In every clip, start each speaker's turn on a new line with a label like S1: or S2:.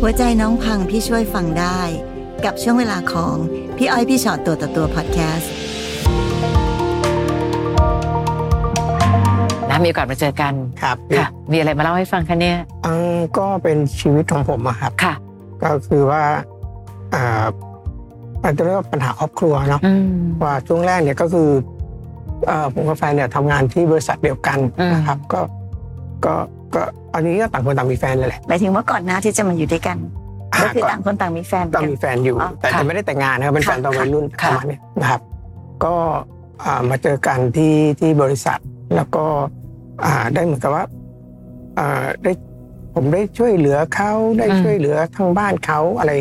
S1: หัวใจน้องพังพี่ช่วยฟังได้ กับช่วงเวลาของพี่อ้อยพี่ชอตตัวต่อตัวพอดแคสต์
S2: นะมีโอกาสมาเจอกัน
S3: ครับ
S2: ค่ะ มีอะไรมาเล่าให้ฟังคะเนี่ย
S3: อืมก็เป็นชีวิตของผมอะครับ
S2: ค่ะ
S3: ก็คือว่าอ่าอาจจะเรียกว่าปัญหาครอบครัวเนาะ
S2: อืม
S3: ว่าช่วงแรกเนี่ยก็คือเอ่อผมกับแฟนเนี่ยทำงานที่บริษัทเดียวกัน
S2: อืม
S3: นะครับ ก็ก็ก็อันนี้ก็ต่างคนต่างมีแฟนเลยแหละ
S4: หมายถึงว่าก่อนหน้าที่จะมาอยู่ด้วยกัน
S3: อ่า
S4: ก็คือ
S3: ก็
S4: ต่างคนต่างมีแฟนเหมือ
S3: ต้อน ง
S4: กัน
S3: มีแฟนอยู่
S4: อ๋อ
S3: แต่
S2: ค่ะ
S3: แต่ไม่ได้แต่งงานนะครับเป็นแฟนตอน
S2: ค่ะ
S3: วัยรุ่นป
S2: ค่ะ
S3: ระมาณเนี้ยนะครับ ก็อ่ามาเจอกันที่ที่บริษัท แล้วก็อ่าได้เหมือนกับว่าอ่าได้ผมได้ช่วยเหลือเขาได้ช่วยเหลือทางบ้านเขาอะไร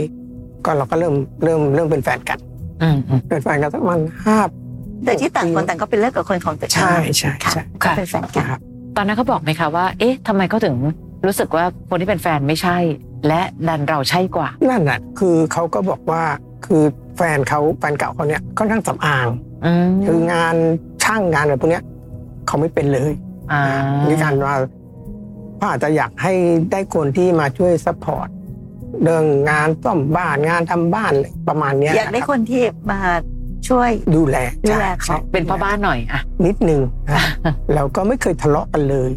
S3: ก็เราก็เริ่มเริ่มเริ่มเป็นแฟนกัน
S2: อืมอืม
S3: เป็นแฟนกันสักประมันห้า
S4: แต่ที่ต่างคนต่างก็ไปเลิกกับคนของตัวเอง
S3: ใช่ใช่ใช่
S4: ก็
S2: ค่ะ
S4: เป็นแฟนกัน
S3: นะครับ
S2: ตอนนั้นเขาบอกไหมคะว่า เอ๊ะทำไมเขาถึงรู้สึกว่าคนที่เป็นแฟนไม่ใช่ และดันเราใช่กว่า
S3: นั่นน่ะคือเขาก็บอกว่าคือแฟนเขาแฟนเก่าเขาเนี่ยค่อนข้างสำอาง
S2: อืม
S3: คืองานช่างงานอะไรพวกเนี้ยเขาไม่เป็นเลย
S2: อ่า
S3: มีการว่าเขาอาจจะอยากให้ได้คนที่มาช่วยซัพพอร์ตเรื่องงานซ่อมบ้านงานทำบ้านอะไรประมาณเนี้ย
S4: อยากได้คนที่มาช่วย
S3: ดูแล
S4: ดูแลเขา
S3: ใช่
S2: เป็นพ่อบ้านหน่อยอ่ะ
S3: นิดนึงนะแล้วก็ไม่เคยทะเลาะกันเลย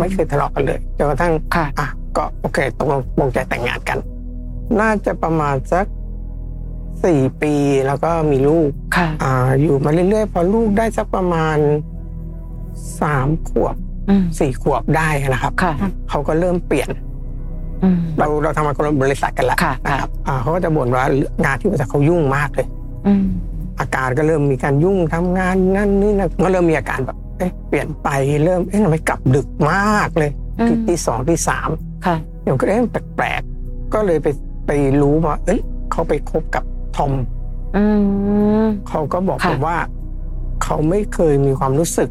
S3: ไม่เคยทะเลาะกันเลยจนกระทั่ง
S2: ค่ะ
S3: อ่ะก็โอเคตกลงตกลงใจแต่งงานกัน น่าจะประมาณสักสี่ปีแล้วก็มีลูก
S2: ค่ะ
S3: อ่า อยู่มาเรื่อยๆ พอลูกได้สักประมาณสามขวบ
S2: อืม
S3: สี่ขวบได้นะครับ
S2: ค่ะ
S3: เขาก็เริ่มเปลี่ยน
S2: อืม
S3: เราเราทำงานคนละบริษัทกันละ
S2: ค่ะค่ะ
S3: นะครับอ่าเขาก็จะบ่นว่างานที่บริษัทเขายุ่งมากเลย
S2: อืม
S3: อาการก็เริ่มมีการยุ่งทำงานนั่นนี่นะก็เริ่มมีอาการแบบเอ๊ะเปลี่ยนไปเริ่มเอ๊ะทำไมกลับดึกมากเลย
S2: อืม
S3: คือที่สองที่สาม
S2: ค่ะ
S3: ผมก็เอ๊ะแปลกๆ ก็เลยไปไปรู้ว่า เอ้ยเขาไปคบกับทอม
S2: อืม
S3: เขาก็บอก
S2: ค่ะ
S3: ผมว่า เขาไม่เคยมีความรู้สึก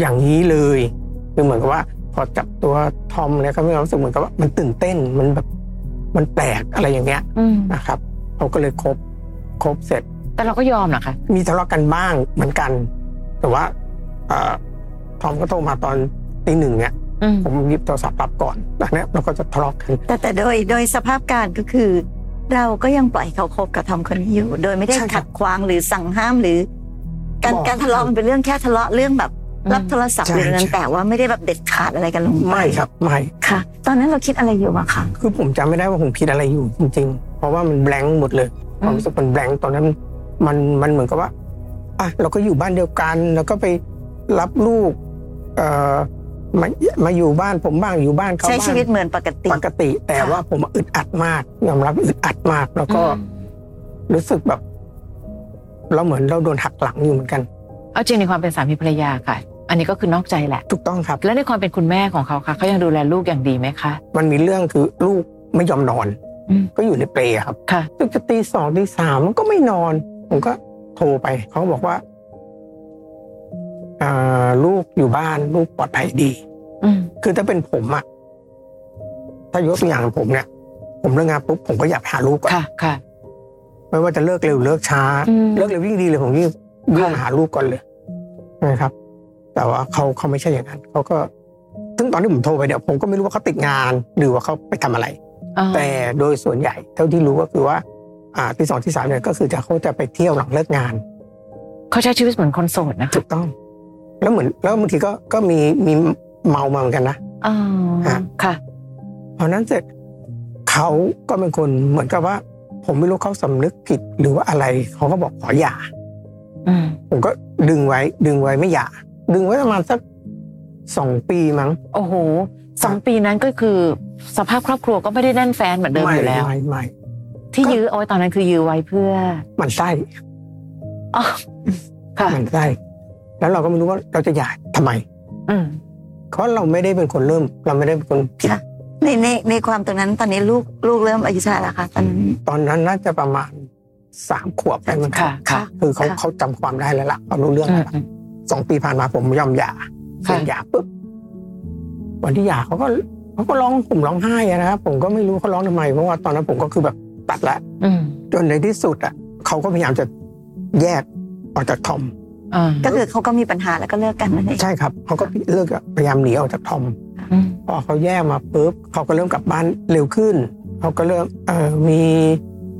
S3: อย่างนี้เลย คือเหมือนกับว่า พอจับตัวทอมเนี่ยเขามีความรู้สึกเหมือนกับว่ามันตื่นเต้นมันแบบ มันแปลกอะไรอย่างเงี้ย
S2: อืม
S3: นะครับเขาก็เลยคบคบเสร็จ
S2: แต่เราก็ยอมเหรอคะ
S3: มีทะเลาะกันบ้างเหมือนกัน แต่ว่าเอ่อทอมก็โทรมาตอนตีหนึ่งเนี่ย
S2: อืม
S3: ผมหยิบโทรศัพท์รับก่อนตอนเนี้ยเราก็จะทะเลาะกัน
S4: แต่แต่โดยโดยสภาพการก็คือ เราก็ยังปล่อยเขาคบกับทอมคนนี้อยู่ โดยไม่ได้
S3: ใช่ครับ
S4: ขัดขวางหรือสั่งห้ามหรือ การ
S3: บอก
S4: การทะเลาะมันเป็นเรื่องแค่ทะเลาะเรื่องแบบรับโทรศัพท์
S3: ใช่
S4: หรืออะไร
S3: ใช่
S4: แต่ว่าไม่ได้แบบเด็ดขาดอะไรกันลงป
S3: ไม่ครับไม่
S4: ค่ะ ตอนนั้นเราคิดอะไรอยู่อะคะ
S3: คือผมจำไม่ได้ว่าผมคิดอะไรอยู่จริงๆ เพราะว่ามันแบงค์หมดเลยความรู้สึกมันแบงค์ตอนนั้นมันมันเหมือนกับว่าอ่ะเราก็อยู่บ้านเดียวกัน แล้วก็ไปรับลูก เอ่อมามาอยู่บ้านผมบ้างอยู่บ้านเขา
S4: ใช้
S3: บ้าง
S4: ชีวิตเหมือนปกติ
S3: ปกติ แต่ว่าผมอึดอัดมากยอมรับอึดอัดมาก แล้วก็รู้สึกแบบ เราเหมือนเราโดนหักหลังอยู่เหมือนกัน
S2: เอาจริงในความเป็นสามีภรรยาค่ะ อันนี้ก็คือนอกใจแหละ
S3: ถูกต้องครับ
S2: แล้วในความเป็นคุณแม่ของเขาค่ะเขายังดูแลลูกอย่างดีไหมคะ
S3: มันมีเรื่องคือลูกไม่ยอมนอน
S2: อืม
S3: ก็อยู่ในเปลครับ
S2: ค่ะ
S3: ตึกจะตีสองตีสามมันก็ไม่นอน ผมก็โทรไป เขาบอกว่าอ่าลูกอยู่บ้านลูกปลอดภัยดี
S2: อืม
S3: คือถ้าเป็นผมอะถ้ายกตัวอย่างของผมเนี่ย ผมเลิกงานปุ๊บผมก็อยากไปหาลูกก่อน
S2: ค่ะค่ะ
S3: ไม่ว่าจะเลิกเร็วหรือเลิกช้า
S2: อืม
S3: เลิกเร็วยิ่งดีเลยผมยิ่งวิ่งมา
S2: ค่ะ
S3: หาลูกก่อนเลยนะครับ แต่ว่าเขาเขาไม่ใช่อย่างนั้นเขาก็ซึ่งตอนที่ผมโทรไปเนี่ยผมก็ไม่รู้ว่าเขาติดงาน หรือว่าเขาไปทำอะไร
S2: อ่า
S3: แต่โดยส่วนใหญ่เท่าที่รู้ก็คือว่าอ่าที่สองที่สามเนี่ยก็คือจะเขาจะไปเที่ยวหลังเลิกงาน
S2: เขาใช้ชีวิตเหมือนคนโสดนะคะ
S3: ถูกต้อง แล้วเหมือนแล้วบางทีก็ก็มีมีเมามาเหมือนกันนะ
S2: อ๋อ
S3: ฮะ
S2: ค่ะ
S3: พอนั้นเสร็จเขาก็เป็นคนเหมือนกับว่า ผมไม่รู้เขาสำนึกผิดหรือว่าอะไรเขาก็บอกขอหย่า
S2: อืม
S3: ผมก็ดึงไว้ ดึงไว้ไม่หย่าดึงไว้ประมาณสักสองปีมั้ง
S2: โอ้โหสองปีนั้นก็คือ สภาพครอบครัวก็ไม่ได้แน่นแฟนเหมือนเดิมอยู่แล้ว
S3: ไม่ไม่
S2: ที่
S3: ก็
S2: ยื้อเอาไว้ตอนนั้นคือยื้อไว้เพื่อ
S3: มันไส้
S2: อ๋อค่ะ
S3: มันไส้แล้วเราก็ไม่รู้ว่าเราจะหย่าทำไม
S2: อืม
S3: เพราะเราไม่ได้เป็นคนเริ่ม เราไม่ได้เป็นคนผิด
S4: ในในในความตรงนั้นตอนนี้ลูกลูกเริ่มอายุเท่าไหร่และคะตอนนี้
S3: ตอนนั้นน่าจะประมาณสามขวบได้มั้ง
S2: ค่ะค่ะ
S3: คือเขา
S4: ค่ะ
S3: เขาจำความได้แล้วล่ะเขารู้เรื่อง
S2: อื
S3: แล้
S2: ม
S3: วล่ะ
S2: อืม
S3: สองปีผ่านมาผมยอมหย่า
S2: ค่ะ
S3: เซ็นหย่าปุ๊บวันที่หย่าเขาก็เขาก็ร้องผมร้องไห้อะนะครับผมก็ไม่รู้เขาร้องทำไมเพราะว่าตอนนั้นผมก็คือแบบตัดละ
S2: อืม
S3: จนในที่สุดอ่ะเขาก็พยายามจะแยกออกจากทอม
S2: อ่า
S4: ก็คือเขาก็มีปัญหาแล้วก็เลิกกันนั่นเอง
S3: ใช่ครับเขาก็เลิกอะพยายามหนีออกจากทอม
S4: ค่ะ
S2: อืม
S3: พอเขาแยกมาปุ๊บเขาก็เริ่มกลับบ้านเร็วขึ้นเขาก็เริ่มเอ่อมี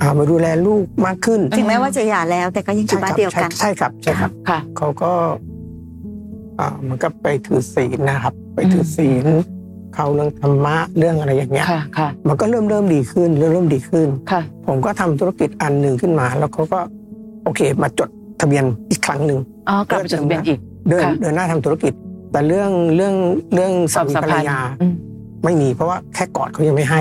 S3: อ่ามาดูแลลูกมากขึ้น
S4: ถึงแม้ว่าจะหย่าแล้วแต่ก็ยังอยู่บ้านเดียวกัน
S3: ใช่ครับใช่ครับ
S2: ค่ะ
S3: เขาก็อ่าเหมือนกับไปถือศีลนะครับ ไปถือศีลเขาเรื่องธรรมะเรื่องอะไรอย่างเงี้ย
S2: ค่ะ ค่ะ
S3: มันก็เริ่มเริ่มดีขึ้นเริ่มเริ่มดีขึ้น
S2: ค่ะ
S3: ผมก็ทำธุรกิจอันหนึ่งขึ้นมา แล้วเขาก็ โอเค มาจดทะเบียนอีกครั้งหนึ่ง
S2: อ๋อกลับไปจดทะเบียนอีก
S3: เดิน
S2: ค่ะ
S3: เดินหน้าทำธุรกิจ แต่เรื่องเรื่องเรื่อง
S2: ค
S3: สา
S2: า
S3: ว
S2: ม
S3: มี
S2: สัม
S3: ภรร
S2: พันธ์
S3: ยา
S2: อืม
S3: ไม่มีเพราะว่าแค่กอดเขายังไม่ให้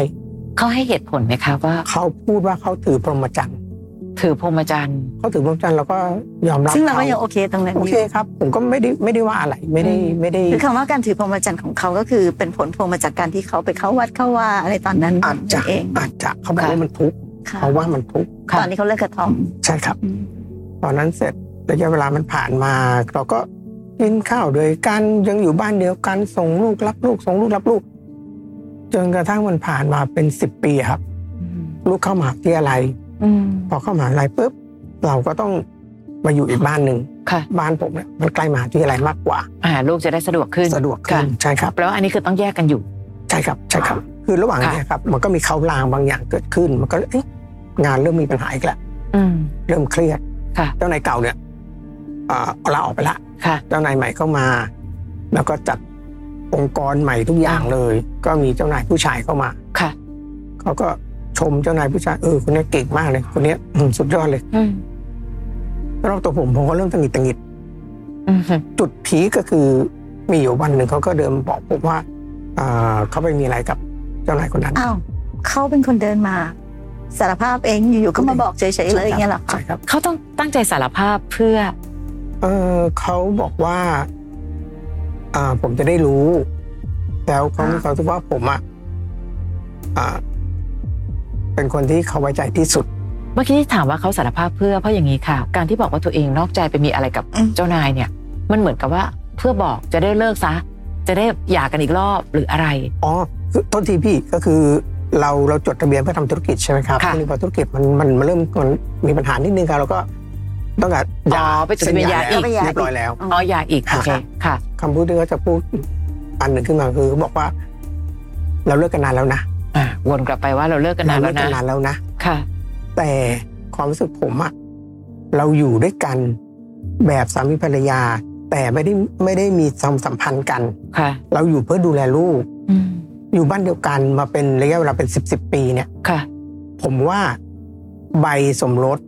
S2: เขาให้เหตุผลไหมคะว่า
S3: เขาพูดว่าเขาถือพรหมจรรย์
S2: ถือพรหมจรรย์
S3: เขาถือพรหมจรรย์เราก็ยอมรับ
S4: ซึ่งเราก็
S3: ข
S4: ยังโอเคตรงนั้น
S3: โอ
S4: อ
S3: เค
S4: ยู่
S3: ครับ ผมก็ไม่ได้ไม่ได้ว่าอะไรไม่ได้
S2: อืม
S3: ไม่ได้
S4: คือคำว่าการถือพรหมจรรย์ของเขาก็คือเป็นผลพวงมาจากการที่เขาไปเข้าวัดเข้าว่าอะไรตอนนั้น
S3: อาจจะ
S4: เอง
S3: อาจจะเขาบอกว่ามันทุกข์
S4: ค่ะ
S3: เพราะว่ามันทุกข์
S2: ค่ะ
S4: ตอนนี้เขาเลิกกระทอม
S3: ใช่ครับ ตอนนั้นเสร็จระยะเวลามันผ่านมา เราก็กินข้าวด้วยกันยังอยู่บ้านเดียวกันส่งลูกรับลูกส่งลูกรับลูก จนกระทั่งมันผ่านมาเป็นสิบปีครับ ลูกเข้ามหาวิทยาลัย
S2: อืม
S3: พอเข้ามหาวิทยาลัยปุ๊บเราก็ต้องมาอยู่อีกบ้านหนึ่ง
S2: ค่ะ
S3: บ้านผมเนี่ยมันใกล้มหาวิทยาลัยมากกว่า
S2: อ่าลูกจะได้สะดวกขึ้น
S3: สะดวกขึ้นใช่ครับ
S2: แปลว่าอันนี้คือต้องแยกกันอยู่
S3: ใช่ครับใช่ครับ คือระหว่างเนี้ครับมันก็มีเขาลางบางอย่างเกิดขึ้น มันก็เอ๊ะงานเริ่มมีปัญหาอีกแล้ว
S2: อืม
S3: เริ่มเครียด
S2: ค่ะ
S3: เจ้านายเก่าเนี่ยเอ่อเอาลาออกไปละ
S2: ค่ะ
S3: เจ้านายใหม่เข้ามา แล้วก็จัดองค์กรใหม่ทุกอย่างเลย ก็มีเจ้านายผู้ชายเข้ามา
S2: ค่ะ
S3: เขาก็ชมเจ้านายผู้ชาย เออ คนเนี้ยเก่งมากเลย คนเนี้ยอืมสุดยอดเลย
S2: อืม
S3: รอบตัวผมผมก็เริ่มตังหงิดตังหงิด
S2: อืม
S3: จุดพีคก็คือมีอยู่วันหนึ่งเขาก็เดินบอกผมว่าอ่าเขาไปมีอะไรกับเจ้านายคนนั้น
S4: อ้าวเขาเป็นคนเดินมา สารภาพเองอยู่ๆก็มาบอกเฉยๆเลยอย่างเงี้ยเหรอคะ
S3: ใช่ครับ
S2: เขาต้องตั้งใจสารภาพเพื่อ
S3: เออเขาบอกว่า อ่า ผมจะได้รู้ แล้วเขา
S2: อ่า
S3: เขาคิดว่าผมอ่ะอ่า เป็นคนที่เขาไว้ใจที่สุด
S2: เมื่อกี้ที่ถามว่าเขาสารภาพเพื่อเพราะอย่างนี้ค่ะ การที่บอกว่าตัวเองนอกใจไปมีอะไรกับ
S4: อืม
S2: เจ้านายเนี่ย มันเหมือนกับว่าเพื่อบอกจะได้เลิกซะ จะได้หย่ากันอีกรอบหรืออะไร
S3: อ๋อคือต้นทีพี่ก็คือเราเราจดทะเบียนเพื่อทำธุรกิจใช่ไหมครับ
S2: ค่ะ
S3: ทีนี้พอธุรกิจมันมันมันเริ่มมันมีปัญหานิดนึงครับเราก็ต้องการห
S2: อ๋
S3: ย่า
S2: อไปจดทะเบียนหย่าอีก
S3: เรียบร้อยแล้ว
S2: อ๋อหย่าอีกโอเคค่ะ
S3: คำพูดที่เขาจะพูดอันหนึ่งขึ้นมาคือเขาบอกว่า เราเลิกกันนานแล้วนะ
S2: อ่ะวนกลับไปว่าเราเลิกกันนาน
S3: เรา
S2: แล้ว
S3: เลิกกัน
S2: นะ
S3: นานแล้วนะ
S2: ค่ะ
S3: แต่ความรู้สึกผมอะเราอยู่ด้วยกันแบบสามีภรรยา แต่ไม่ได้ไม่ได้มีความสัมพันธ์กัน
S2: ค่ะ
S3: เราอยู่เพื่อดูแลลูก
S2: อืม
S3: อยู่บ้านเดียวกันมาเป็นระยะเวลาเป็นสิบสิบปีเนี่ย
S2: ค่ะ
S3: ผมว่าใบสมรส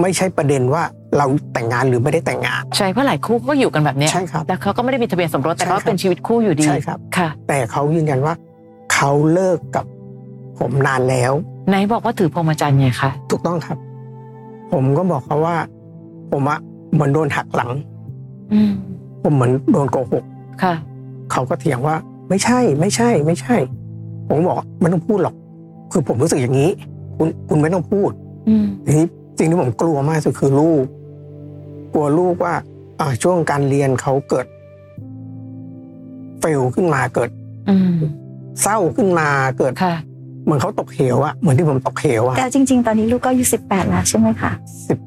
S3: ไม่ใช่ประเด็นว่าเราแต่งงานหรือไม่ได้แต่งงาน
S2: ใช่เพราะหลายคู่ก็อยู่กันแบบเนี้ย
S3: ใช่ครับ
S2: แล้วเขาก็ไม่ได้มีทะเบียนสมรสแต่
S3: ใช่ครั
S2: เขา
S3: บ
S2: เป็นชีวิตคู่อยู่ดี
S3: ใช่ครับ
S2: ค่ะ
S3: แต่เขายืนยันว่า เขาเลิกกับผมนานแล้ว
S2: ไหนบอกว่าถือพรหมจรรย์ไงคะ
S3: ถูกต้องครับ ผมก็บอกเขาว่า ผมอะเหมือนโดนหักหลัง
S2: อืม
S3: ผมเหมือนโดนโกหก
S2: ค่ะ
S3: เขาก็เถียงว่า ไม่ใช่ ไม่ใช่ ไม่ใช่ ผมบอกว่าไม่ต้องพูดหรอก คือผมรู้สึกอย่างนี้ คุณคุณไม่ต้องพูด
S2: อืม
S3: ทีนี้สิ่งที่ผมกลัวมากสุดคือลูก กลัวลูกว่าอ่าช่วงการเรียนเขาเกิดเฟลขึ้นมาเกิด
S2: อืม
S3: เศร้าขึ้นมาเกิด
S2: ค่ะ
S3: เหมือนเขาตกเหวอะเหมือนที่ผมตกเหวอะ
S4: แต่จริง ๆ ตอนนี้ลูกก็อายุสิบแปดแล้วใช่ไหมคะ
S3: สิบ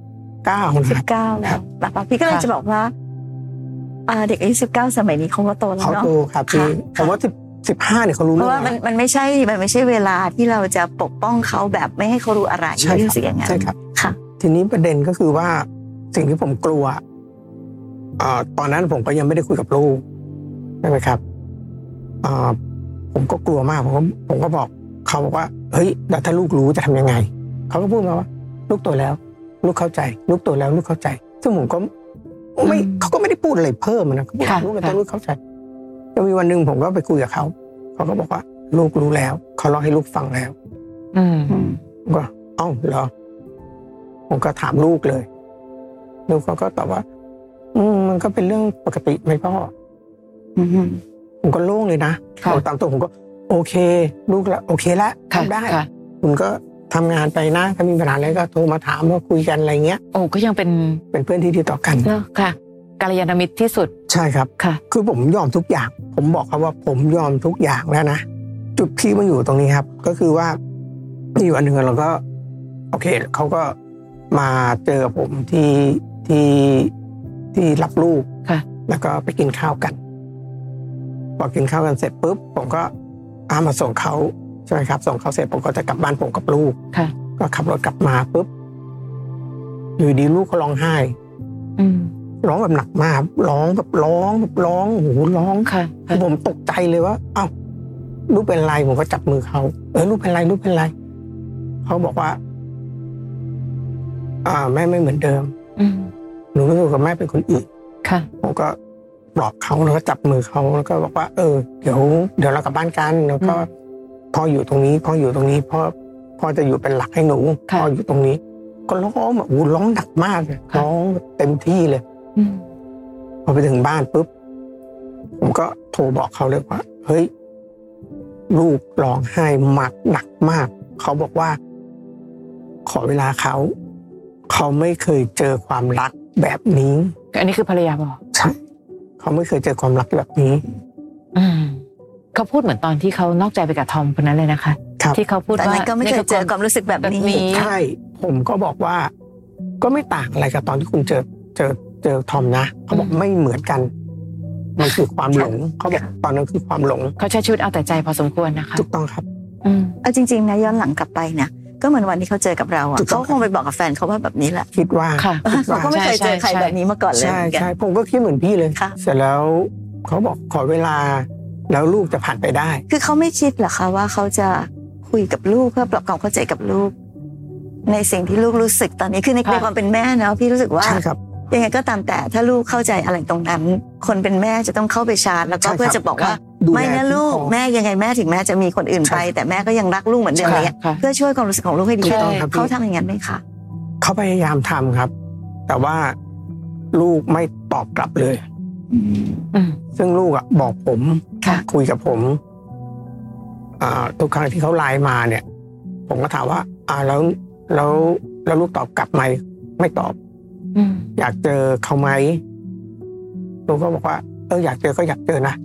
S3: เก้า
S4: สิ
S3: นะ
S4: บเก้าแล้วแบบว่าพี่ก็เลย
S2: ค่ะ
S4: จะบอกว่าอ่าเด็กอายุสิบเก้าสมัยนี้เขาก็โตแล้ว
S3: เขา
S4: เนาะ
S3: โตครับพี่
S4: ค่ะ
S3: ผมว่าสิบสิบห้าเนี่ยเขารู้
S4: เพ
S3: เรื่
S4: ราะ
S3: อง
S4: ว่ามัน
S3: แล้ว
S4: มันไม่ใช่มันไม่ใช่เวลาที่เราจะปกป้องเขาแบบไม่ให้เขารู้อะไร
S3: ใช่ครับ
S4: รู้สึกอย่างนั้น
S3: ใช่ครับ
S4: ค่ะ
S3: ทีนี้ประเด็นก็คือว่าสิ่งที่ผมกลัวอ่าตอนนั้นผมก็ยังไม่ได้คุยกับลูกใช่ไหมครับอ่าผมก็กลัวมากผมก็ผมก็บอกเขาบอกว่า เฮ้ยแล้วถ้าลูกรู้จะทำยังไง เขาก็พูดมาว่า ลูกโตแล้ว ลูกเข้าใจ ลูกโตแล้ว ลูกเข้าใจ ซึ่งผมก็ไม่
S2: อืม
S3: เขาก็ไม่ได้พูดอะไรเพิ่มนะเขาบอก
S2: ค่ะ
S3: ลูกโตลูกเข้าใจแล้วมีวันหนึ่งผมก็ไปคุยกับเขาเขาก็บอกว่า ลูกรู้แล้วเขาเล่าให้ลูกฟังแล้ว
S2: อืม
S4: อืม
S3: ผมก็เอ้าเหรอ ผมก็ถามลูกเลย ลูกเขาก็ตอบว่า อืมมันก็เป็นเรื่องปกติไหมพ่อ
S4: อืม
S3: ผมก็โล่งเลยนะ
S2: ค่ะ
S3: บอกตามตัวผมก็ โอเค ลูกละโอเคละ
S2: ค่ะ
S3: ทำได้
S2: ค่ะ
S3: คุณก็ทำงานไปนะ ถ้ามีปัญหาอะไรก็โทรมาถามมาคุยกันอะไรเงี้ย
S2: โอ้ก็ยังเป็น
S3: เป็นเพื่อนที่ดีต่อกัน
S2: เนอะค่ะกัลยาณมิตรที่สุด
S3: ใช่ครับ
S2: ค่ะ
S3: คือผมยอมทุกอย่าง ผมบอกเขาว่าผมยอมทุกอย่างแล้วนะ จุดพีคมันอยู่ตรงนี้ครับ ก็คือว่ามีอยู่อันหนึ่งเราก็ โอเคเขาก็มาเจอผมที่ที่ที่รับลูก
S2: ค่ะ
S3: แล้วก็ไปกินข้าวกัน พอกินข้าวกันเสร็จปุ๊บผมก็อามาส่งเขาใช่ไหมครับส่งเขาเสร็จผมก็จะกลับบ้านผมกับลูก
S2: ค่ะ
S3: ก็ขับรถกลับมาปุ๊บอยู่ดีลูกก็ร้องไห้
S2: อืม
S3: ร้องแบบหนักมากร้องแบบร้องแบบร้องโอ้โหร้อง
S2: ค่ะค่ะ
S3: ผมตกใจเลยว่า เอ้าลูกเป็นไรผมก็จับมือเขาเออลูกเป็นไรลูกเป็นไรเขาบอกว่า อ่า แม่ไม่เหมือนเดิม
S2: อืม
S3: หนูรู้สึกกับแม่เป็นคนอื่น
S2: ค่ะ
S3: ผมก็ปลอบเขาแล้วก็จับมือเขาแล้วก็บอกว่า เออเดี๋ยวเดี๋ยวเรากลับบ้านกัน แล้วก็พ่ออยู่ตรงนี้พ่ออยู่ตรงนี้พ่อพ่อจะอยู่เป็นหลักให้หนูพ่ออยู่ตรงนี้ ก็ร้องแบบโอ้โหร้องหนักมากเลยร้องแบบเต็มที่เลย
S2: อืม
S3: พอไปถึงบ้านปุ๊บผมก็โทรบอกเขาเลยว่า เฮ้ย ลูกร้องไห้หมักหนักมาก เขาบอกว่า ขอเวลาเขา เขาไม่เคยเจอความรักแบบนี้
S2: อันนี้คือภรรยาบอก
S3: ใช่เขาไม่เคยเจอความรักแบบนี้
S2: อืมเขาพูดเหมือนตอนที่เขานอกใจไปกับทอมคนนั้นเลยนะคะ
S3: ครับ
S2: ที่เขาพูด
S4: แต่
S2: ว่า
S4: นั้นก็ไม่เคยเจอความรู้สึกแบบ
S2: แบบ
S4: นี้
S2: นี้
S3: ใช่ผมก็บอกว่า ก็ไม่ต่างอะไรกับตอนที่คุณเจอเจอเจอทอมนะเขาบอก
S2: อืม
S3: ไม่เหมือนกันมันคือความหลงเขาบอกตอนนั้นคือความหลง
S2: เขาใช้ชีวิตเอาแต่ใจพอสมควรนะคะ
S3: ถูกต้องครับ
S2: อืม
S4: เอาจริงๆนะย้อนหลังกลับไปนะก็เหมือนวันที่เขาเจอกับเราอะ
S3: ถูกต้
S4: เขา
S3: อง
S4: คงไปบอกกับแฟนเขาว่าแบบนี้แหละ
S3: คิดว่า
S2: ค่ะ
S3: คิด
S4: เขา
S3: ว่า
S4: ก็ไม่เคยเจอใคร
S2: ใช่
S4: แบบนี้มาก่อนเลย
S3: ใช่
S4: เหมือนกัน
S3: ใช่ผมก็คิดเหมือนพี่เลย
S4: ค่ะ
S3: เสร็จแล้วเขาบอกขอเวลา แล้วลูกจะผ่านไปได้
S4: คือเขาไม่คิดเหรอคะว่าเขาจะคุยกับลูกเพื่อปรับความเข้าใจกับลูก ในสิ่งที่ลูกรู้สึกตอนนี้คือใน
S2: ค่ะ
S4: ในความเป็นแม่เนาะพี่รู้สึกว่า
S3: ใช่ครับ
S4: ยังไงก็ตามแต่ถ้าลูกเข้าใจอะไรตรงนั้น คนเป็นแม่จะต้องเข้าไปชาร์จแล้วก็
S3: ใช่ครับ
S4: เพื่อจะบอกว่า
S3: ดูแ
S4: ไม่นะลูก
S3: คุ้มครอง
S4: แม่ยังไงแม่ถึงแม่จะมีคนอื่นไป
S3: ใช่
S4: แต่แม่ก็ยังรักลูกเหมือนเดิม
S3: ใช่
S4: อะไรเงี้ย
S2: ค่ะ
S4: เพื่อช่วยความรู้สึกของลูกให้ดี
S3: ถูกต้องครับพี่
S4: เขาทำอย่างนั้นไหมคะ
S3: เขาพยายามทำครับ แต่ว่าลูกไม่ตอบกลับเลย
S2: อืม
S3: ซึ่งลูกอ่ะบอกผม
S2: ค่ะ
S3: คุยกับผมอ่าทุกครั้งที่เขาไลน์มาเนี่ย ผมก็ถามว่า อ่าแล้วแล้วแล้วลูกตอบกลับไหมไม่ตอบ
S2: อืม
S3: อยากเจอเขาไหมลูกก็บอกว่า เอออยากเจอก็อยากเจอนะ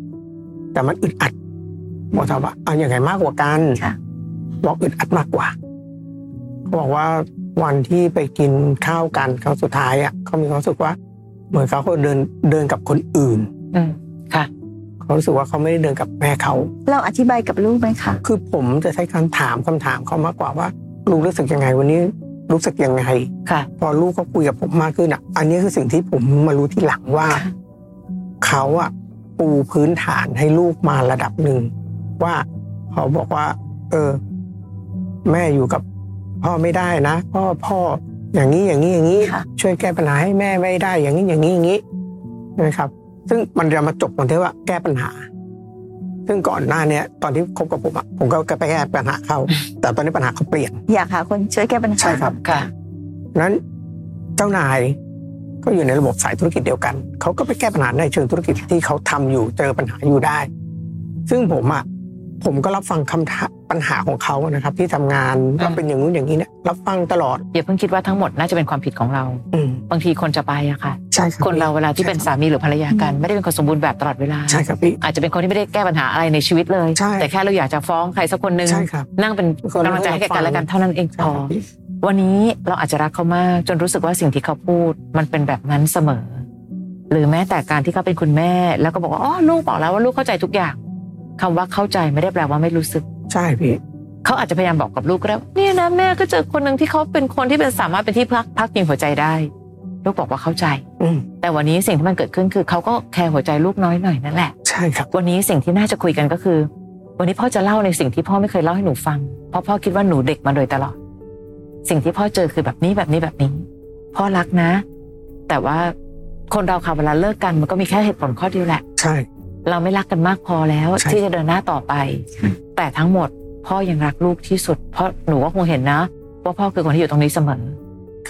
S3: แต่มันอึดอัดบอกถามว่าเอาอย่างไงมากกว่ากัน
S4: ค่ะ
S3: บอกอึดอัดมากกว่าเขาบอกว่าวันที่ไปกินข้าวกันครั้งสุดท้ายอ่ะเขามีความรู้สึกว่า เหมือนเขาเดินเดินกับคนอื่น
S2: อืมค่ะ
S3: เขารู้สึกว่าเขาไม่ได้เดินกับแม่เขา
S4: เราอธิบายกับลูกไหมคะ
S3: คือผมจะใช้คำถามคำถามเขามากกว่าว่าลูกรู้สึกยังไง วันนี้รู้สึกยังไง
S2: ค่ะ
S3: พอลูกเขาคุยกับผมมากขึ้นอ่ะ อันนี้คือสิ่งที่ผมมารู้ที่หลังว่า
S2: ค่ะ
S3: เขาอ่ะปูพื้นฐานให้ลูกมาระดับหนึ่ง ว่าเขาบอกว่า เออ แม่อยู่กับพ่อไม่ได้นะพ่อพ่ออย่างนี้อย่างนี้อย่างนี้
S4: ค่ะ
S3: ช่วยแก้ปัญหาให้แม่ไม่ได้ อย่างนี้อย่างนี้อย่างนี้ใช่ไหมครับ ซึ่งมันจะมาจบตรงที่ว่าแก้ปัญหา ซึ่งก่อนหน้าเนี้ย ตอนที่คบกับผมอะผมก็ไปแก้ปัญหาเขาแต่ตอนนี้ปัญหาเขาเปลี่ยน
S4: อยากหาคนช่วยแก้ปัญหา
S3: ใช่ครับ
S2: ค่ะ
S3: นั้นเจ้านายก็อยู่ในระบบสายธุรกิจเดียวกันเขาก็ไปแก้ปัญหาในเชิงธุรกิจที่เขาทำอยู่เจอปัญหาอยู่ได้ ซึ่งผมอ่ะผมก็รับฟังคำถามปัญหาของเขานะครับ ที่ทำงาน
S2: อืม
S3: ว่าเป็นอย่างนู้นอย่างนี้เนี่ยรับฟังตลอด
S2: อย่าเพิ่งคิดว่าทั้งหมดน่าจะเป็นความผิดของเรา
S3: อืม
S2: บางทีคนจะไปอะค่ะ
S3: ใช่ครับ
S2: คนเราเวลาที่เป็นสามีหรือภรรยากันไม่ได้เป็นคนสมบูรณ์แบบตลอดเวลา
S3: ใช่ครับพี่
S2: อาจจะเป็นคนที่ไม่ได้แก้ปัญหาอะไรในชีวิตเลย
S3: ใช่
S2: แต่แค่เราอยากจะฟ้องใครสักคนหนึ่ง
S3: ใช่ครับ
S2: นั่งเป็นกำลังใจให้แก่กันและกันเท่านั้นเองพ
S3: ใช่
S2: อ
S3: ครับพี่
S2: วันนี้เราอาจจะรักเขามาก จนรู้สึกว่าสิ่งที่เขาพูดมันเป็นแบบนั้นเสมอ หรือแม้แต่การที่เขาเป็นคุณแม่ แล้วก็บอกว่าอ๋อลูกบอกแล้วว่าลูกเข้าใจทุกอย่างคำว่าเข้าใจไม่ได้แปลว่าไม่รู้สึก
S3: ใช่พี่
S2: เขาอาจจะพยายามบอกกับลูกก็ได้ว่าเนี่ยนะแม่ก็เจอคนหนึ่งที่เขาเป็นคนที่เป็นสามารถเป็นที่พักพักยิงหัวใจได้ ลูกบอกว่าเข้าใจ
S3: อืม
S2: แต่วันนี้สิ่งที่มันเกิดขึ้นคือเขาก็แคร์หัวใจลูกน้อยหน่อยนั่นแหละ
S3: ใช่ครับ
S2: วันนี้สิ่งที่น่าจะคุยกันก็คือ วันนี้พ่อจะเล่าในสิ่งที่พ่อไม่เคยเล่าให้หนูฟัง เพราะพ่อคิดว่าหนูเด็กมาโดยตลอด สิ่งที่พ่อเจอคือแบบนี้แบบนี้แบบนี้ พ่อรักนะ แต่ว่าคนเราค่ะเวลาเลิกกันมันก็มีแค่เหตุผลข้อเดียวแหละ
S3: ใช่
S2: เราไม่รักกันมากพอแล้ว
S3: ใช่
S2: ที่จะเดินหน้าต่อไป แต่ทั้งหมดพ่อยังรักลูกที่สุด เพราะหนูก็คงเห็นนะ ว่าพ่อคือคนที่อยู่ตรงนี้เสมอ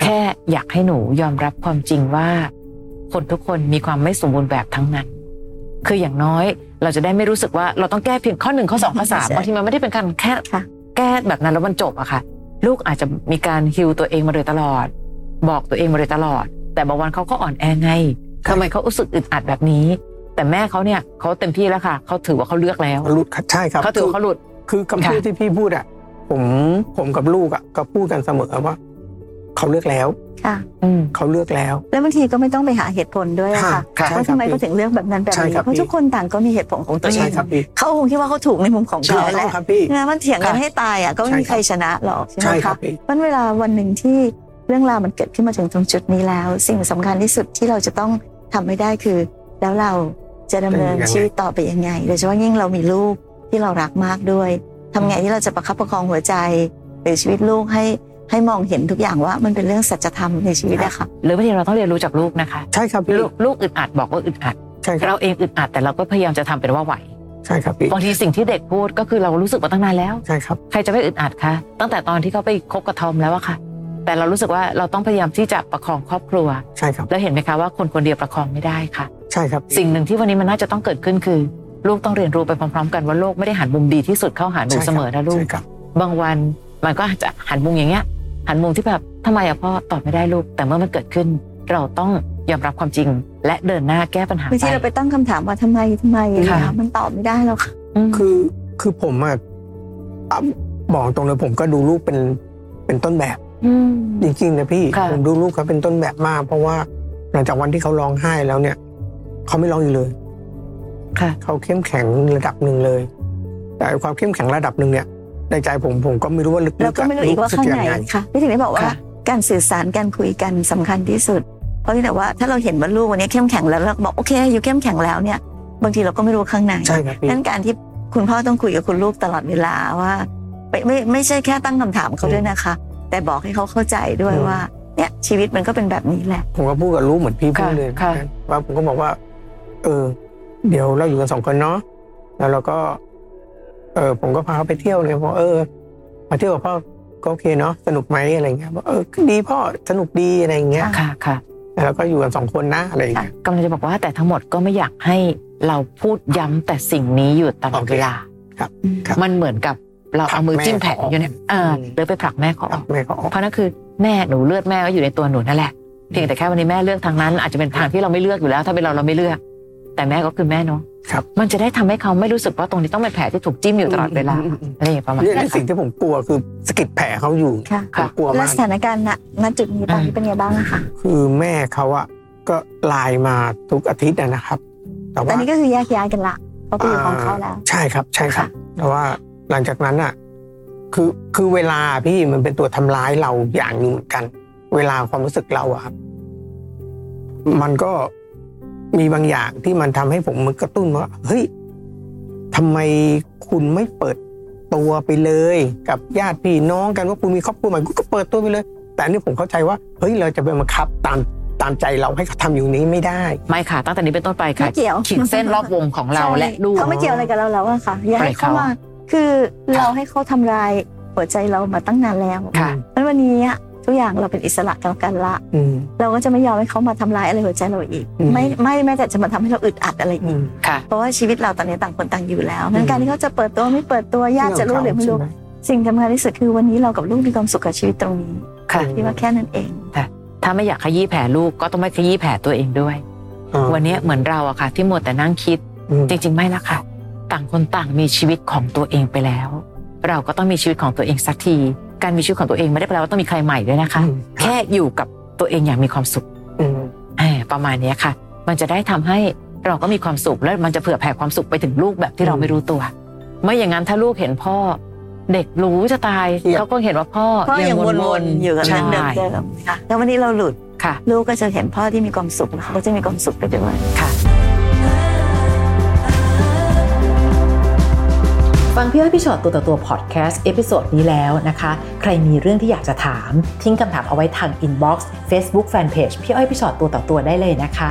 S2: แค่อยากให้หนูยอมรับความจริงว่า คนทุกคนมีความไม่สมบูรณ์แบบทั้งนั้น คืออย่างน้อยเราจะได้ไม่รู้สึกว่าเราต้องแก้เพียงข้อหนึ่งข้อสองข้อสาม
S4: ใช่
S2: บางทีมันไม่ได้เป็นการแค่
S4: ค่ะ
S2: แก้แบบนั้นแล้วมันจบอะค่ะ ลูกอาจจะมีการฮิวตัวเองมาโดยตลอด บอกตัวเองมาโดยตลอด แต่บางวันเขาก็อ่อนแอไงทำไมเขารู้สึกอึดอัดแบบนี้ แต่แม่เขาเนี่ยเขาเต็มที่แล้วค่ะเขาถือว่าเขาเลือกแล้ว
S3: หลุดครับใช่ครับ
S2: เขาถือว่าเขาหลุด
S3: คือคำพูด
S2: ค่ะ
S3: ที่พี่พูดอ่ะ ผมผมกับลูกอ่ะก็พูดกันเสมอว่า เขาเลือกแล้ว
S4: ค่ะ
S2: อืม
S3: เขาเลือกแล้ว
S4: แล้วบางทีก็ไม่ต้องไปหาเหตุผลด้วยอะค่ะ
S3: ค่ะ
S4: ว่า
S3: ใช่ครับ
S4: ทำไมเขาถึงเลือกแบบนั้นแบบ
S3: ใช่
S4: นี้
S3: ครับ
S4: เพราะ
S3: พี่
S4: ทุกคนต่างก็มีเหตุผลของตัวเอ
S3: ใช่
S4: ง
S3: ครับพี่
S4: เขาคงคิดว่าเขาถูกในมุมของ
S3: ใช่
S4: เขาแห
S3: ต้อ
S4: ละ
S3: งครับพี่
S4: งั้นมันเถียงกัน
S2: ค่ะ
S4: ให้ตายอ่ะก็ไม่มี
S3: ใช่ครับ
S4: ใครชนะหรอกใช่ไห
S3: ใช่
S4: ม
S3: ครั
S4: คะ
S3: บพี่
S4: มันเวลาวันหนึ่งที่เรื่องราวมันเกิดขึ้นมาถึงตรงจุดนี้แล้ว สิ่งสำคัญที่สุดที่เราจะต้องทำให้ได้คือ แล้วเราจะดำเนิน
S3: เป็นยังไง
S4: ชีวิตต่อไปยังไงโดยเฉพาะยิ่งเรามีลูกที่เรารักมากด้วยทำไงที่เราจะประคับประคองหัวใจหรือชีวิตลูกให้ให้มองเห็นทุกอย่างว่ามันเป็นเรื่องสัจธรรมในชีวิตอะค่ะ
S2: หรือบางทีเราต้องเรียนรู้จากลูกนะคะ
S3: ใช่ครับพี่
S2: ลูกลูกอึดอัดบอกว่าอึดอัด
S3: ใช่ครับ
S2: เราเองอึดอัดแต่เราก็พยายามจะทำเป็นว่าไหว
S3: ใช่ครับพี่
S2: บางทีสิ่งที่เด็กพูดก็คือเรารู้สึกมาตั้งนานแล้ว
S3: ใช่ครับ
S2: ใครจะไม่อึดอัดคะตั้งแต่ตอนที่เขาไปคบกับทอมแล้วอะค่ะ แต่เรารู้สึกว่าเราต้องพยายามที่จะประคองครอบครัว
S3: ใช่ครับ
S2: แล้วเห็นไหมคะว่าคนคนเดียวประคองไม่ได้ค่ะ
S3: ใช่ครับพี่
S2: สิ่งหนึ่งที่วันนี้มันน่าจะต้องเกิดขึ้นคือ ลูกต้องเรียนรู้ไปพร้อม ๆ กันว่าโลกไม่ได้หันมุมดีที่สุดเข้าหาหนู
S3: ใช่ครับ
S2: เสมอนะลูก
S3: ใช่ครับ
S2: บางวันมันก็อาจจะหันมุมอย่างเงี้ย หันมุมที่แบบทำไมอะพ่อตอบไม่ได้ลูก แต่เมื่อมันเกิดขึ้น เราต้องยอมรับความจริง และเดินหน้าแก้ปัญหา
S4: บางทีเรา
S2: ไป
S4: ไปตั้งคำถามว่าทำไมทำไมอย่างเงี้ย
S2: ค่ะ
S4: มันตอบไม่ได้หรอกค่ะ
S2: อืม
S3: คือคือผมอะอ่ะบอกตรงเลยผมก็ดูลูกเป็นเป็นต้นแบบ จริงๆนะพี่
S2: ค่ะ
S3: ผมดูลูกเขาเป็นต้นแบบมาก เพราะว่าหลังจากวันที่เขาร้องไห้แล้วเนี่ยเขาไม่ร้องอีกเลย
S2: ค่ะ
S3: เขาเข้มแข็งระดับหนึ่งเลย แต่ความเข้มแข็งระดับหนึ่งเนี่ยในใจผมผมก็ไม่รู้ว่าลึกๆ
S4: แล้วก็ไม่รู้อีกว่า
S3: สึ
S4: ข้าง
S3: ยั
S4: ไหน
S3: ไ
S4: ค่ะพี่ถึงได้บอกว่า
S2: ค่ะ
S4: การสื่อสารการคุยกันสำคัญที่สุด เพราะที่แต่ว่าถ้าเราเห็นว่าลูกวันนี้เข้มแข็งแล้วเราบอกโอเคอยู่เข้มแข็งแล้วเนี่ย บางทีเราก็ไม่รู้ข้างใน
S3: ใช่ครับพี่
S4: นั่นการที่คุณพ่อต้องคุยกับคุณลูกตลอดเวลาว่าไม่ไม่ไม่ใช่แค่ตั้งคำถามเขา
S3: อืม
S4: ด้วยนะคะ แต่บอกให้เขาเข้าใจด้วย
S3: อืม
S4: ว่าเนี่ยชีวิตมันก็เป็นแบบนี้แหละ
S3: ผมก็พูดกับลูกเหมือนพี่พูดเลย
S2: ค่ะ
S3: นะว่าผมก็บอกว่า เออ เดี๋ยวเราอยู่กันสองคนเนาะแล้วเราก็ เออ ผมก็พาเขาไปเที่ยวเลยบอกเออมาเที่ยวกับพ่อก็โอเคเนาะสนุกไหมอะไรเงี้ยบอกเออดีพ่อสนุกดีอะไรเงี้ย
S2: ค่ะค่ะ
S3: แล้วก็อยู่กันสองคนนะอะไรเงี้ย
S2: กำลังจะบอกว่าแต่ทั้งหมดก็ไม่อยากให้เราพูดย้ำแต่สิ่งนี้อยู่ตลอด
S3: โอเค
S2: เวลา
S3: ครับ
S2: ครับมันเหมือนกับเราเอามือจิ้มแผลอยู่เนี่ยเออ
S3: อืม
S2: หรือไปผลักแม่เขาออก
S3: แม่เขาออก
S2: เพราะนั่นคือแม่หนูเลือดแม่ก็อยู่ในตัวหนูนั่นแหละเพียงแต่แค่วันนี้แม่เลือกทางนั้น อาจจะเป็นทางที่เราไม่เลือกอยู่แล้ว ถ้าเป็นเราเราไม่เลือก แต่แม่ก็คือแม่เนาะ
S3: ครับ
S2: มันจะได้ทำให้เขาไม่รู้สึกว่าตรงนี้ต้องเป็นแผลที่ถูกจิ้มอยู่ตลอดเวลาอะไรอย่างเงี้ยประมาณ
S3: เนี่ยใน
S2: นี้
S3: สิ่งที่ผมกลัวคือสะกิดแผลเขาอยู่
S4: ค่ะ
S3: ผมกลัว
S4: แล้ว
S3: มาก
S4: สถานการณ์ณณจุดนี้ตอนนี้เป็นไงบ้างอะคะ
S3: คือแม่เขาอะก็ไลน์มาทุกอาทิตย์อะนะครับ แต่
S4: ตอ
S3: ว่าน
S4: นี้ก็คือแยกย้ายกันละเขาไปอยู่ของเขาแล้ว
S3: ใช่ครับ ใช่ครับ
S4: ค่ะ
S3: แต่ว่าหลังจากนั้นอะคือคือเวลาพี่มันเป็นตัวทำร้ายเราอย่างหนึ่งเหมือนกัน เวลาความรู้สึกเราอะครับมันก็มีบางอย่างที่มันทำให้ผมมันกระตุ้นว่าเฮ้ยทำไมคุณไม่เปิดตัวไปเลย กับญาติพี่น้องกันว่าคุณมีครอบครัวใหม่คุณก็เปิดตัวไปเลย แต่อันนี่ผมเข้าใจว่าเฮ้ยเราจะไปบังคับตามตามใจเราให้เขาทำอย่างนี้ไม่ได้
S2: ไม่ค่ะ ตั้งแต่นี้เป็นต้นไปค่ะ
S4: ไม่เกี่ยว
S2: ขีดเส้นรอบวงของเรา
S4: ใช่
S2: และลูก
S4: เขาไม่เกี่ยวอะไรกับเราแล้วอะค่ะอย่าให้เขา
S2: ปล่อ
S4: ม
S2: ยเขา
S4: าคือเราให้เขาทำลายหัวใจเรามาตั้งนานแล้ว
S2: ค่ะ
S4: เพราะวันนี้อะทุกอย่างเราเป็นอิสระกันกันละ
S3: อืม
S4: เราก็จะไม่ยอมให้เขามาทำลายอะไรหัวใจเราอีก
S3: อืม
S4: ไม่ไม่แม้แต่จะมาทำให้เราอึดอัดอะไรอี
S3: อื
S4: ก
S3: ม
S2: ค่ะ
S4: เพราะว่าชีวิตเราตอนนี้ต่างคนต่างอยู่แล้วงั้
S3: อื
S4: น
S3: ม
S4: การที่เขาจะเปิดตัวไม่เปิดตัวญาติจะรู้หรือไม่รู้
S3: ใช่
S4: สิ่งสำคัญที่สุดคือวันนี้เรากับลูกมีความสุขกับชีวิตตรงนี้
S2: ค่ะ
S4: ที่ว่าแค่นั้นเอง
S2: ถ้าไม่อยากขยี้แผลลูกก็ต้องไม่ขยี้แผลตัวเองด้วย
S3: อ่า
S2: วันนี้เหมือนเราอะค่ะ ที่มัวแต่นั่งคิด
S3: อืม
S2: จริง ๆ ไม่ละค่ะ ต่างคนต่างมีชีวิตของตัวเองไปแล้ว เราก็ต้องมีชีวิตของตัวเองสักที การมีชีวิตของตัวเองไม่ได้แปลว่าต้องมีใครใหม่ด้วยนะคะ
S3: อืม
S2: แค่อยู่กับตัวเองอย่างมีความสุข
S3: อืม
S2: เออประมาณเนี้ยค่ะ มันจะได้ทำให้เราก็มีความสุขและมันจะเผื่อแผ่ความสุขไปถึงลูกแบบที่เราไม่รู้ตัว ไม่อย่างนั้นถ้าลูกเห็นพ่อ เด็กรู้จะตายเขาก็เห็นว่าพ่อ
S4: พ่อยังวนๆอยู่กับ
S2: ใช่
S4: เรื่องเดิมๆค่ะแล้ววันนี้เราหลุด
S2: ค่ะ
S4: ลูกก็จะเห็นพ่อที่มีความสุขแล้วเขาก็จะมีความสุขไปด้วย
S5: ฟังพี่อ้อยพี่ชอตตัวต่อตัวพอดแคสต์เอพิโซดนี้แล้วนะคะ ใครมีเรื่องที่อยากจะถาม ทิ้งคำถามเอาไว้ทางอินบ็อกซ์เฟซบุ๊กแฟนเพจพี่อ้อยพี่ชอตตัวต่อตัวได้เลยนะคะ